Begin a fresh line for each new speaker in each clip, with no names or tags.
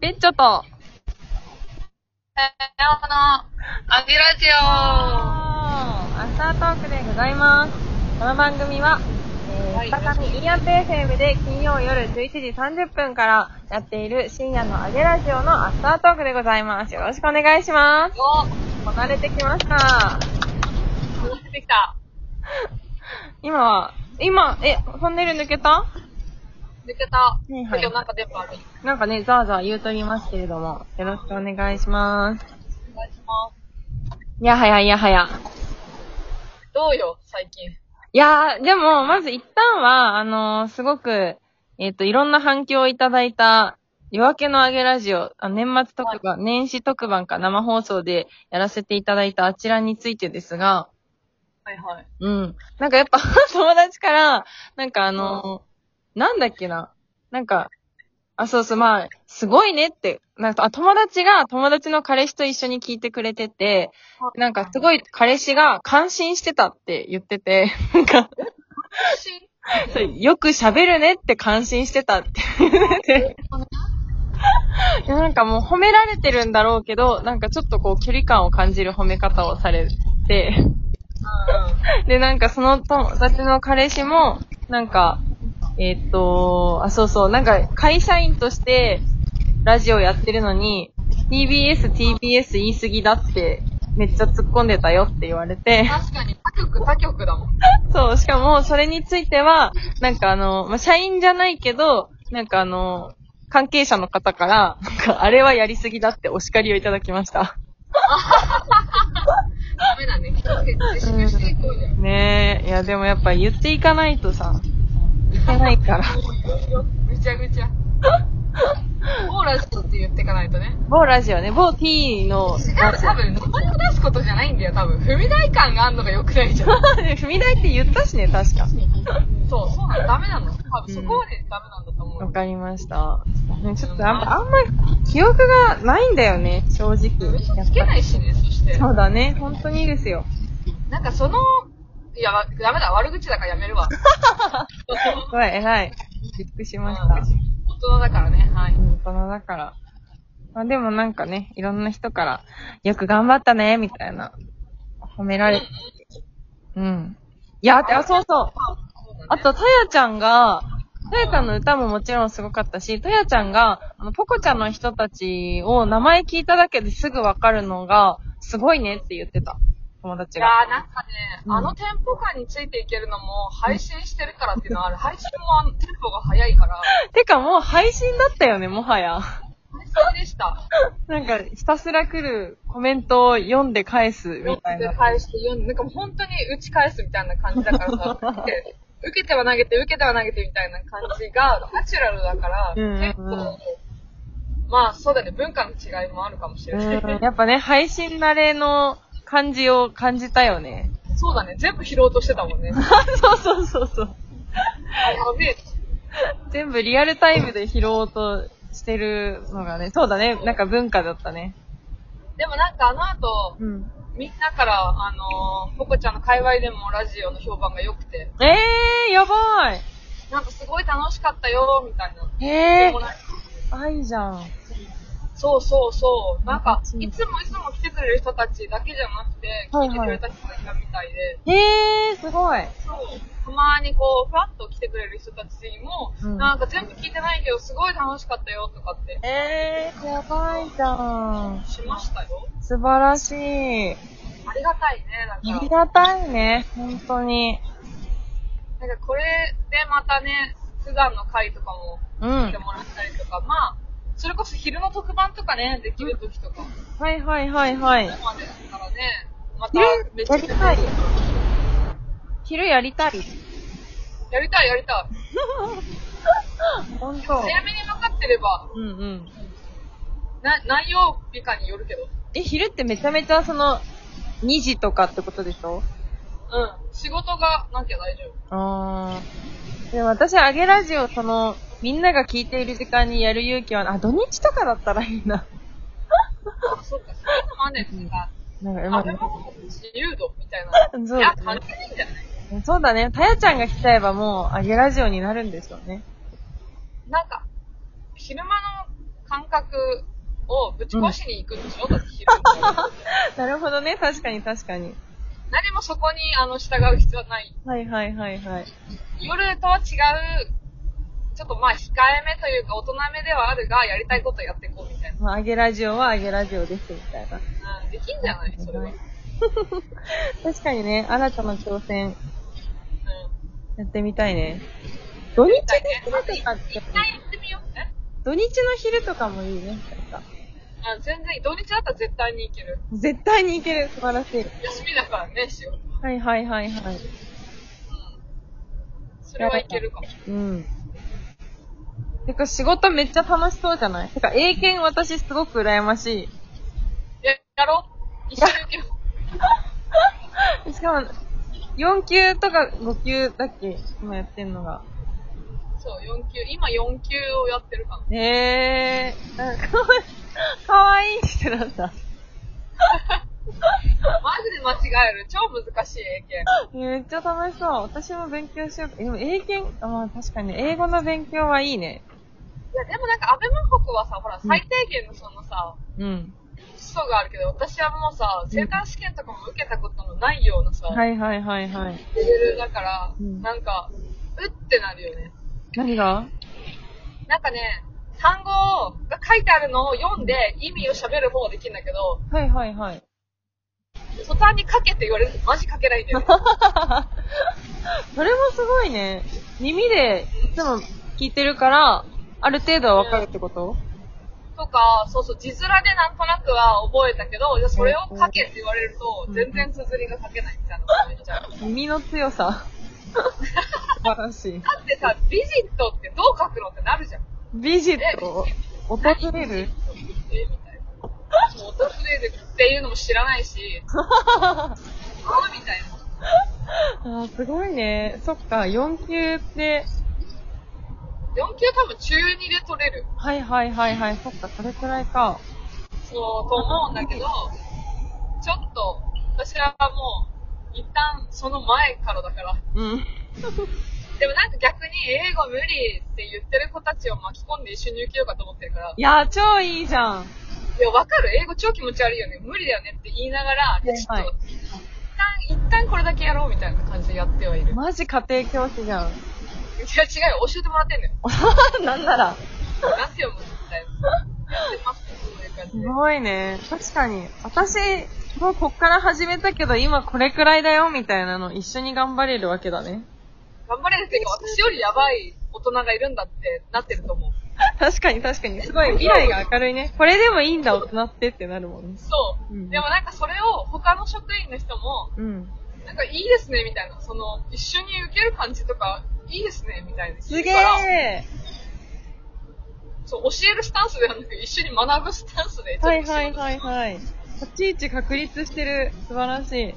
ベッチョと、
さようなら、アゲラジオ
アフタートークでございます。この番組は、え
はい
ー、再びインアップ FM で金曜夜11時30分からやっている深夜のアゲラジオのアフタートークでございます。よろしくお願いします。
よ
もう慣れてきました。
っ、戻ってきた。
今は、今、え、トンネル抜けた
抜けた。
いはい
今日なんか電波ある。
なんかね、ザーザー言うとりますけれども、よろしくお願いします。
お願いします。
いやはやいやはや。
どうよ、最近。
いやー、でも、まず一旦は、あのーすごく、えっ、と、いろんな反響をいただいた、夜明けのあげラジオ、あ年末特番、年始特番か生放送でやらせていただいたあちらについてですが、
はいはい。
うん。なんかやっぱ、 友達から、なんかあのーなんだっけな。なんか、あ、そうそう、まあ、すごいねって、なんか、あ、友達が友達の彼氏と一緒に聞いてくれてて、なんかすごい彼氏が感心してたって言ってて、なんか、
私、
そうよく喋るねって感心してたって言ってて。いやなんかもう褒められてるんだろうけど、なんかちょっとこう距離感を感じる褒め方をされて、でなんかその友達の彼氏も、なんか、えーっと、あ、そうそう、なんか会社員としてラジオやってるのに、TBS、TBS 言い過ぎだって、めっちゃ突っ込んでたよって言われて。
確かに、他局、他局だもん。
そう、しかも、それについては、なんかあの、まあ、社員じゃないけど、なんかあの、関係者の方から、なんか、あれはやりすぎだってお叱りをいただきました。
ダメだね。気をつけて自粛していこうよ。
ねえ、いやでもやっぱ言っていかないとさ、いけないから。
ぐちゃぐちゃ。オーラジオって言っていかないとね。
某ラジオね、某 T の
違
ラ
う、
ジ
多分、名前を出すことじゃないんだよ、多分。踏み台感があんのが良くないじゃん。
オ。 踏み台って言ったしね、確か。
そう、そうなの、ダメなの。多分、そこまでダメなんだと思うよ
わ。かりました。ね、ちょっとあんま、あんまり記憶がないんだよね、正直。
嘘つけないしね、そして。
そうだね、本当にですよ。
なんかその、いや、わダメだ、悪口だからやめる わ。
すごい、偉い。びっくりしました。
大人だからね、はい。
大人だから。まあでもなんかね、いろんな人から、よく頑張ったね、みたいな、褒められて。うん。いや、あてあ、そうそう。あと、たやちゃんが、たやちゃんの歌ももちろんすごかったし、たやちゃんが、あのポコちゃんの人たちを名前聞いただけですぐわかるのが、すごいねって言ってた。友
い
達
や
が。
ー、なんかね、
うん
あのテンポ感についていけるのも、配信してるからっていうのはある。配信もあのテンポが早いから、
てかもう配信だったよね、もはや。
配信でした。
なんか、ひたすら来るコメントを読んで返すみたいな。
返して読んで、なんかもう本当に打ち返すみたいな感じだからさ、受け受けては投げて、受けては投げてみたいな感じが、ナチュラルだから、
うんうんうん
結構、まあそうだね、文化の違いもあるかもしれない。
うんやっぱね、配信慣れの感じを感じたよね。
そうだね、全部拾おうとしてたもんね。
そうそうそうそう。
あやべえ。
全部リアルタイムで拾おうとしてるのがね、そうだね、なんか文化だったね。
でもなんかあの後、
うん。
みんなから、あのー、ポコちゃんの界隈でもラジオの評判が良くて、
えー、やばい
なんかすごい楽しかったよ、みたいな。
え
でもなんか
ー、あ、いいじゃん。
そうそうそう。なんか、
うん
いつもいつも来てくれる人たちだけじゃなくて、
は
聞
い
い
はい
てくれた人がいたみたいで、
えー、すごい。
そう。たまにこう、ふわっと来てくれる人たちにも、
うん
なんか全部聞いてないけど、すごい楽しかったよ、とかって、
えー、やばいじゃん。
しましたよ。
素晴らしい。
ありがたいね、なんか。
ありがたいね、本当に。
なんかこれでまたね、普段の回とかも
う
見
ん
て。もらったりとか、まあ、それこそ昼の特番とかね、できる時とか、
はいはいはいはい。
まあですからね、また
昼
めっちゃ
やりたい。昼やりたい。
やりたいやりたい。
本当。
早めに分かってれば、
うんうん。
な、何曜日かによるけど、
え、昼ってめちゃめちゃその、2時とかってことでしょ
うん。仕事がなきゃ大丈夫。
あー。でも私、あげラジオ、その、みんなが聞いている時間にやる勇気は、あ、土日とかだったらいいな。
あ、そうか、そういうのもあんねんか、
なんか、
あ
ま
れも自由度みたいな。
そう
いや、関係ないんじゃない
あ、そうだね。たやちゃんが来ちゃえばもう、あげラジオになるんでしょうね。
なんか、昼間の感覚をぶち越しに行くんでしょ、だって昼も
なるほどね。確かに確かに。
何もそこにあの従う必要はない。
はいはいはいはい。
夜とは違う、ちょっとまあ控えめというか大人めではあるが、やりたいことやっていこうみたいな。
まあ、あげラジオはあげラジオですみたいな。
うん、できんじゃないそれは。うん。
確かにね、新たな挑戦やってみたいね。土日の昼とかって
一、回やってみよう。え
土日の昼とかもいいね。なんか
あ全然、土日だったら絶対に行ける。
絶対に行ける。素晴らしい。
休みだからね、しよう。
はいはいはいはい。
それはいけるかも。
うん。てか仕事めっちゃ楽しそうじゃないてか英検私すごく羨まし
や、やろう。一緒に受けよう。
い。しかも、4級とか5級だっけ今やってんのが。
そう、4級。今4級をやってるかな。
えー、なんかかわいいってなった。
マジで間違える。超難しい英検。
めっちゃ楽しそう。私も勉強しようか。でも英検、あまあ確かに英語の勉強はいいね。
いや、でもなんか、安倍文国はさ、ほら、最低限のそのさ、
うん。
基礎があるけど、私はもうさ、生誕試験とかも受けたことのないようなさ、
はいはいはいはい。
レベルだから、
うん
なんか、うってなるよね。
何が
なんかね、単語が書いてあるのを読んで意味を喋る方はできるんだけど、
はいはいはい。
途端に書けって言われるとマジ書け ないんだよね。
それもすごいね。耳でいつも聞いてるから、ある程度はわかるってこと、
とか、そうそう、字面でなんとなくは覚えたけど、じゃあそれを書けって言われると、全然綴りが書けないみたいなこと言っちゃう。
耳の強 さ。素晴らしい。
だってさ、ビジットってどう書くのってなるじゃん。
ビジットを訪れる
えみたいな。もう訪れるっていうのも知らないし、あーみたいな。
あーすごいね。そっか、4級って、
4級多分中2で取れる。
はいはいはいはい、そっか、それくらいか。
そう、と思うんだけど、ちょっと、私はもう、一旦その前からだから。
うん。
でもなんか逆に英語無理って言ってる子たちを巻き込んで一緒に受けようかと思ってるから、
いやー、超いいじゃん。
いや、わかる英語超気持ち悪いよね。無理だよねって言いながら、
い
ちょっと、一旦、一旦これだけやろうみたいな感じでやってはいる。いや、
マジ家庭教師じゃん。
違うよ。教えてもらってんだよ。
なんなら。
なんて読むのみたいな。やってますそういう感
す
じで。
ごいね。確かに。私、もうこっから始めたけど、今これくらいだよ、みたいなの一緒に頑張れるわけだね。
頑張れるっていうか、私よりやばい大人がいるんだってなってると思う。
確かに確かに。すごい、未来が明るいね。これでもいいんだ、大人ってってなるもんね。
そう。
うん
でもなんかそれを他の職員の人も、
うん。
なんかいいですね、みたいな。その、一緒に受ける感じとか、いいですね、みたいな。
すげ
え
え
そう、教えるスタンスではなく、一緒に学ぶスタンスで。
はいはいはい
い。
はい。立ち位置確立してる。素晴らしい。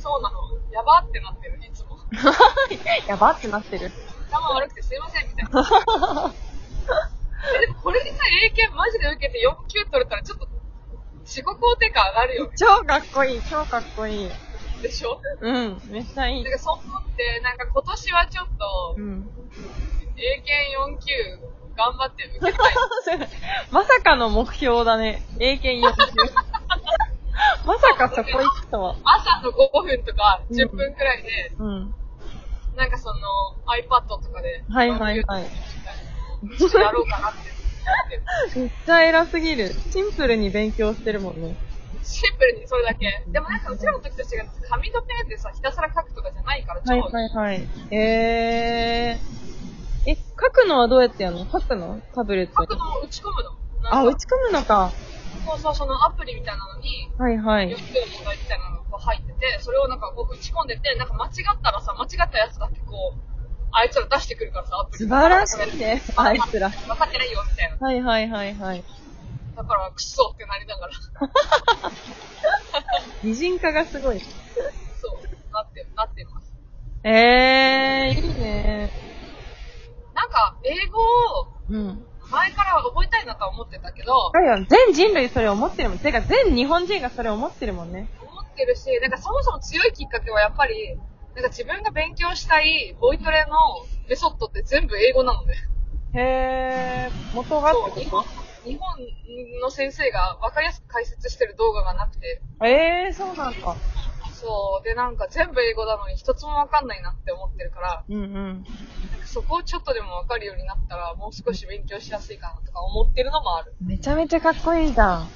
そうなの。やばってなってる、いつも。
やばってなってる。
頭悪くてすいません、みたいな。えでもこれでさ、英検マジで受けて4級取れたら、ちょっと、自己肯定感上がるよね。
超かっこいい、超かっこいい。
でしょ
うん、めっちゃいい
だか。らそう思って、なんか今年はちょっと
う、ん。
英検4級頑張って受けたい。そ
まさかの目標だね。英検4級。まさかそこ行くとは。
う朝の5分とか
うん
10分くらいで、
うん。
なんかその iPad とかで、
はいはいはい
ちょっとやろうかなって思って。
めっちゃ偉すぎる。シンプルに勉強してるもんね。
シンプルにそれだけ。でもなんかうちらの時と違って、紙とペンでさ、ひたすら書くとかじゃないから、超、
はいはいはい。えー。え、書くのはどうやってやるの書くのタブレット
書
に
く。のを打ち込むの。なんか
あ、打ち込むのか。
そうそう、そのアプリみたいなのに、
はいは
4
い。
級の問題みたいなのがこう入ってて、それをなんかこう打ち込んでて、なんか間違ったらさ、間違ったやつだけこう、あいつら出してくるからさ、アプリ
素晴らしいね、あいつら。
分かってないよ、みたいな。
はいはいはいはい。
だから、クソってなりながら、
擬人化がすごい。
そう、なって、なってます。
えー、いいね。
なんか、英語を
うん。
前から覚えたいなとは思ってたけど、
だよ、全人類それ思ってるもん。てか、全日本人がそれ思ってるもんね。
思ってるし、なんかそもそも強いきっかけはやっぱり、なんか自分が勉強したいボイトレのメソッドって全部英語なので、
へー、元がっ
そう
て
日
こ
本
と
日本の先生が分かりやすく解説してる動画がなくて、
ええー、そうなんだ。
そう、でなんか全部英語なのに一つも分かんないなって思ってるから、
うんうん。
なんかそこをちょっとでも分かるようになったら、もう少し勉強しやすいかなとか思ってるのもある。
めちゃめちゃかっこいいじゃん。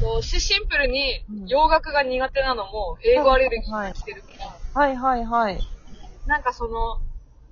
そうし、シンプルに
うん
洋楽が苦手なのも英語アレルギーが来てるから、
はいはいはい。
なんかその、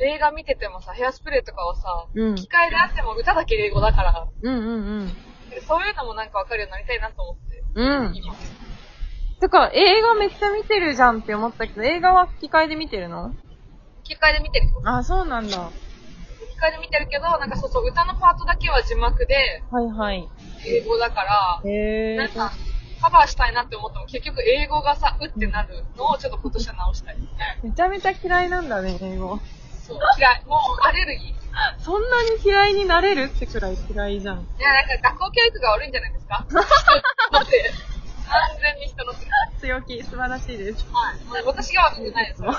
映画見ててもさ、ヘアスプレーとかはさ、
うん。
吹き替えであっても歌だけ英語だから、
うんうん
そういうのもなんか分かるようになりたいなと思って、
うん。うん。
今。
てか、映画めっちゃ見てるじゃんって思ったけど、映画は吹き替えで見てるの
吹き替えで見てるよ。
あ、そうなんだ。
吹き替えで見てるけど、なんかそうそう、歌のパートだけは字幕で
はいはい。
英語だから、
へ
なん
え。
か、カバーしたいなって思っても結局英語がさ、うってなるのをちょっと今年は直したい。
めちゃめちゃ嫌いなんだね、英語。
そう、嫌い。もうアレルギー。い
そんなに嫌いになれるってくらい嫌いじゃん。
や、なんか学校教育が悪いんじゃないです か人のせい。完全に人のせい。
強気、素晴らしいです。
はい。私が悪くないです。ダ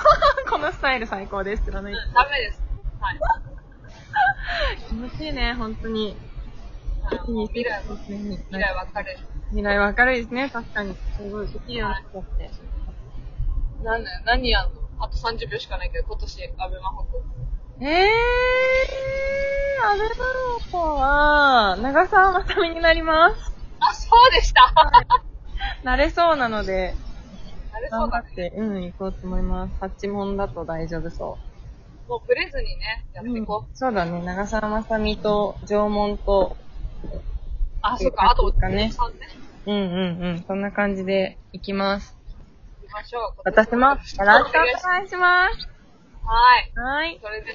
このスタイル最高です。貫いて
メです。はい。
気持ちいいね、本当に。
はいもう未来は、
未
未来は彼。
未来は明るいですね、確かに。すごい、できるようになっちゃって。
なんだよ、何やんのあと30秒しかないけど、今年、アベマホコ。
えー、アベマロコは、長澤まさみになります。
あ、そうでした。
なれそうなので、
あれそ
頑
う
張
だ
っ
ね。
て、うん、行こうと思います。8問だと大丈夫そ
もうブレずにね、や
う。
っていこう。
そうだね、長澤まさみと、縄文と、
あ、そっか、あと、
ですかね
3ね。
うんうんうん、そんな感じで行きます。
行きましょう。
私も、よろしくお願いします。
はい。
はい。
それで、